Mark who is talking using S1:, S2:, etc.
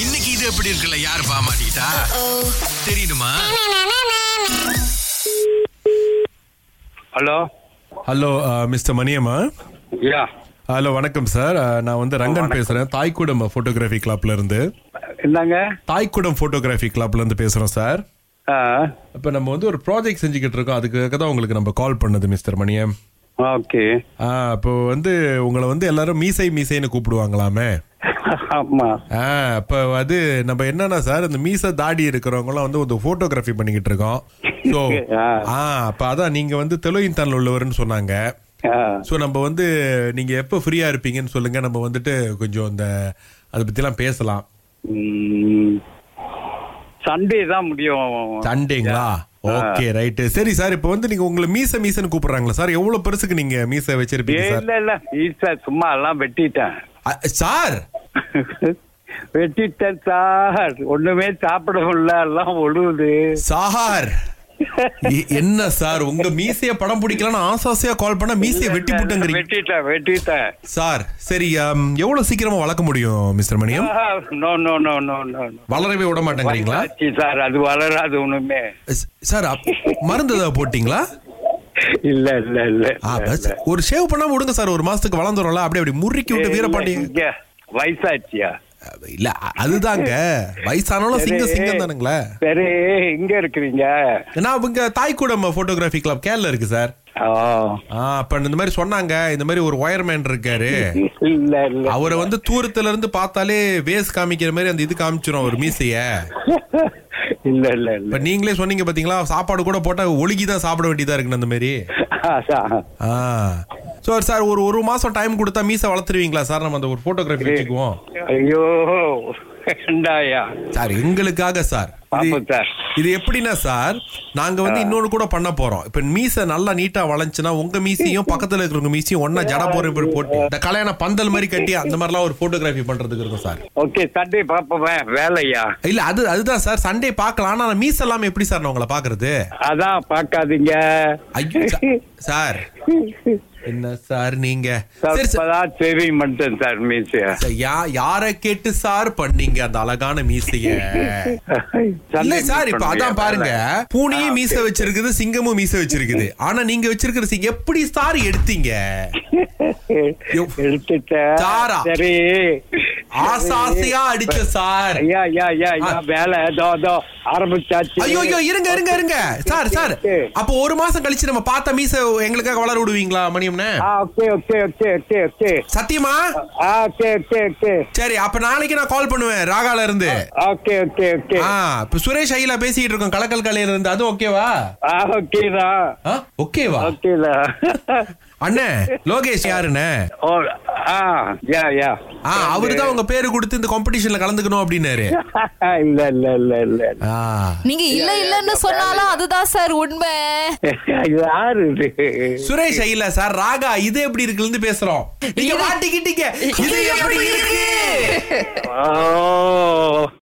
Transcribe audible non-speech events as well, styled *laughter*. S1: இன்னைக்கு இது எப்படி இருக்குல்ல யார் பாமாட்டா தெரியுமா
S2: hello
S3: hello mister Maniyamma
S2: yeah
S3: hello வணக்கம் சார் நான் வந்து ரங்கன் பேசுறேன் தாய்க்கூடம் போட்டோகிராஃபி கிளப்ல இருந்து
S2: என்னங்க
S3: தாய்க்கூடம் போட்டோகிராஃபி கிளப்ல இருந்து பேசுறோம் சார்
S2: ஆ
S3: இப்போ நம்ம வந்து ஒரு ப்ராஜெக்ட் செஞ்சுக்கிட்டு இருக்கோம் அதுக்காக தான் உங்களுக்கு நம்ம கால் பண்ணது மிஸ்டர் மணியம்
S2: ஓகே
S3: ஆ இப்போ வந்து உங்களை வந்து எல்லாரும் மீசை மீசைன்னு கூப்பிடுவாங்களாமே
S2: ஆமா
S3: ஆ இப்போ அது நம்ம என்னன்னா சார் இந்த மீசை தாடி இருக்கிறவங்களாம் வந்து ஒரு ஃபோட்டோகிராஃபி பண்ணிக்கிட்டு இருக்கோம் ஸோ
S2: ஆ.
S3: ஆ அப்போ அதான் நீங்கள் வந்து தெலுங்கின்தான் உள்ளவர்னு சொன்னாங்க
S2: ஆ
S3: ஸோ நம்ம வந்து நீங்கள் எப்போ ஃப்ரீயாக இருப்பீங்கன்னு சொல்லுங்க நம்ம வந்துட்டு கொஞ்சம் அந்த அதை பற்றிலாம் பேசலாம்
S2: ம். சண்டே தான் முடியும்
S3: சண்டேங்களா ஓகே ரைட்டு சரி சார் இப்போ வந்து நீங்கள் உங்களை மீசை மீசைன்னு கூப்பிடுறாங்களா சார் எவ்வளோ பெருசுக்கு நீங்கள் மீசை
S2: ஏ,
S3: வச்சிருப்பீங்க சார்
S2: இல்ல இல்ல ஈஸா சும்மா எல்லாம் வெட்டிட்டேன்
S3: அ, சார்
S2: வெட்டிட்டேன் சார் ஒண்ணுமே சாப்பிட முடியல எல்லாம் ஒழுகுது
S3: சார் எ- என்ன சார் உங்க மீசைய படம் பிடிக்கலாம்னு ஆசாசியா கால் பண்ணா மீசைய வெட்டி போட்டுங்கிறீங்க
S2: வெட்டிட்டேன் வெட்டிட்டேன்
S3: சார் சரி ஆம், எவ்வளவு சீக்கிரமா வளர்க்க முடியும் mister Maniyam
S2: no no no no no
S3: வளரவே விட மாட்டேங்கிறீங்களா
S2: வயசாச்சு சார் அது வளராது ஒண்ணுமே
S3: ஸ்- சார் அப்- மருந்து ஏதாவது போட்டீங்களா
S2: இல்ல இல்ல இல்ல
S3: ஆ, பஸ். ஒரு ஷேவ் பண்ணாம விடுங்க சார் ஒரு மாசத்துக்கு வளர்ந்துரும்ல அப்படியே அப்படி முறுக்கி விட்டு வீரபாண்டி
S2: இங்க வயசாச்சியா
S3: இல்ல அ- அதுதாங்க வயசானாலும் சிங்கம் சிங்கம் தானுங்களே
S2: சரி எங்க இருக்கிறீங்க
S3: நான் இங்க தாய்க்கூடம் போட்டோகிராஃபி கிளப் கேரள இருக்கு சார்
S2: ஓ.
S3: ஆ, அப்ப இந்த மாதிரி சொன்னாங்க இந்த மாதிரி ஒரு ஒயர்மேன் இருக்காரு
S2: இல்ல இல்ல
S3: அவரை வந்து தூரத்துல இருந்து பார்த்தாலே வேஸ் காமிக்கிற மாதிரி அந்த இது காமிச்சிரும் ஒரு மீசைய
S2: இல்ல இல்ல இல்ல
S3: இப்ப நீங்களே சொன்னீங்க பாத்தீங்களா சாப்பாடு கூட போட்டா ஒழுகி தான் சாப்பிட வேண்டியதா இருக்கு அந்த மாதிரி
S2: அதான்.
S3: ஆ சோ சார் ஒரு ஒரு மாசம் டைம் கொடுத்தா மீசை வளர்த்துருவீங்களா சார் நம்ம அந்த ஒரு போட்டோகிராஃபி வச்சுக்குவோம்
S2: ஐயோ வேண்டாயா
S3: சார் எங்களுக்காக சார் இது-
S2: பாப்போம் சார்
S3: இது எப்படின்னா சார் நாங்க வந்து இன்னொன்னு கூட பண்ண போறோம் இப்ப மீசை நல்லா நீட்டா வளைஞ்சுன்னா உங்க மீசையும் பக்கத்துல இருக்கிறவங்க மீசையும் ஒன்னா ஜட போற மாதிரி போட்டு இந்த கல்யாண பந்தல் மாதிரி கட்டி அந்த மாதிரிலாம் ஒரு போட்டோகிராஃபி பண்றதுக்கு இருக்கும் சார்
S2: ஓகே சண்டே பாப்போம் வேலையா
S3: இல்ல அது அதுதான் சார் சண்டே பார்க்கலாம் ஆனா மீஸ் எல்லாமே எப்படி சார் நான் உங்களை பாக்குறது
S2: அதான் பாக்காதீங்க
S3: ஐயோ சா- சார் என்ன சார் நீங்க
S2: சார்,
S3: சரி சார்
S2: இப்பதான் சேவிங் பண்ணிட்டேன் சார் மீசியா
S3: சார், யா- யாரை கேட்டு சார் பண்ணீங்க அந்த அழகான மீசைய இல்ல சார் இப்ப அதான் பாருங்க பூனையும் மீசை வச்சிருக்குது சிங்கமும் மீசை வச்சிருக்குது ஆனா நீங்க வச்சிருக்கிற சிங்கம் எப்படி சார் எடுத்தீங்க ஐயோ.
S2: எடுத்துட்டேன்
S3: சாரா.
S2: சரி
S3: ஆசை ஆசையா அடிச்ச சார்
S2: ஐயா ஐயா ஐயா ஐயா வேலை இதோ இதோ ஆரம்பிச்சாச்சு
S3: Ah. ஐயோ ஐயோ இருங்க இருங்க இருங்க சார் சார் அப்போ ஒரு மாசம் கழிச்சு நம்ம பார்த்த மீசை எங்களுக்காக வளர விடுவீங்களா மணியம்னே
S2: ஆ okay okay okay okay okay
S3: சத்தியமா
S2: ஆ ஓகே ஓகே ஓகே
S3: சரி அப்ப நாளைக்கு நான் கால் பண்ணுவேன் ராகால இருந்து
S2: ஓகே ஓகே ஓகே
S3: ஆ இப்ப சுரேஷ் ஐயில பேசிட்டு இருக்கோம் கலக்கல் கலையில இருந்து அது ஓகேவா
S2: ஆ ஓகேடா
S3: ஆ, ஓகேவா
S2: ஓகேடா
S3: அண்ணே லோகேஷ் யாருண்ணே
S2: ஓ ஆ யா யா *laughs*
S3: ஆ அவருதான் உங்க பேரு கொடுத்து இந்த காம்படிஷன்ல கலந்துக்கணும் அப்படின்னாரு
S2: இல்ல இல்ல இல்ல இல்ல
S3: ஆ,
S4: நீங்க இல்ல இல்லன்னு சொன்னாலும் அதுதான் சார் உண்மை
S2: யாரு இது
S3: சுரேஷ் ஐயில சார் ராகா இது எப்படி இருக்குன்னு பேசுறோம் நீங்க மாட்டிக்கிட்டீங்க இது எப்படி இருக்கு
S2: ஓ